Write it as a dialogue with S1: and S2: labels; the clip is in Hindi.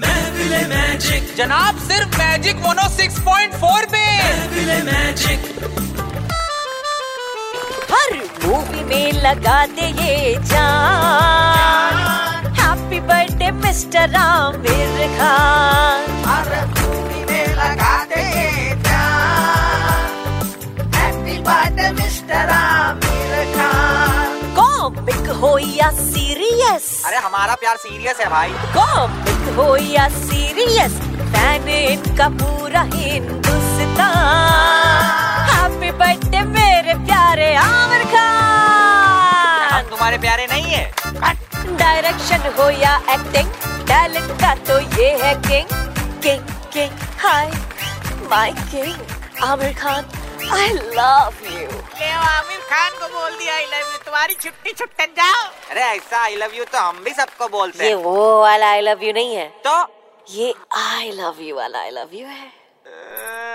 S1: महफिल मैजिक
S2: जनाब सिर्फ oh मैजिक मोनो 6.4 पे
S1: महफिल मैजिक
S3: हर मूवी में लगाते ये जान happy birthday mister Aamir Khan comic हो या सीरियस
S2: अरे हमारा प्यार सीरियस है भाई
S3: कॉमिक हो या सीरियस फैन इनका पूरा हिंदुस्तान हैप्पी बर्थडे मेरे प्यारे आमिर खान
S2: हम तुम्हारे प्यारे नहीं है
S3: डायरेक्शन हो या एक्टिंग टैलेंट का तो ये है king king king hi my king Aamir Khan I love you
S2: Aamir Khan को बोल दिया आई लव यू तुम्हारी छुट्टी छुट्टन जाओ अरे ऐसा आई लव यू तो हम भी सबको बोलते
S3: ये
S2: हैं
S3: वो वाला आई लव यू नहीं है
S2: तो
S3: ये आई लव यू वाला आई लव यू है
S2: अ,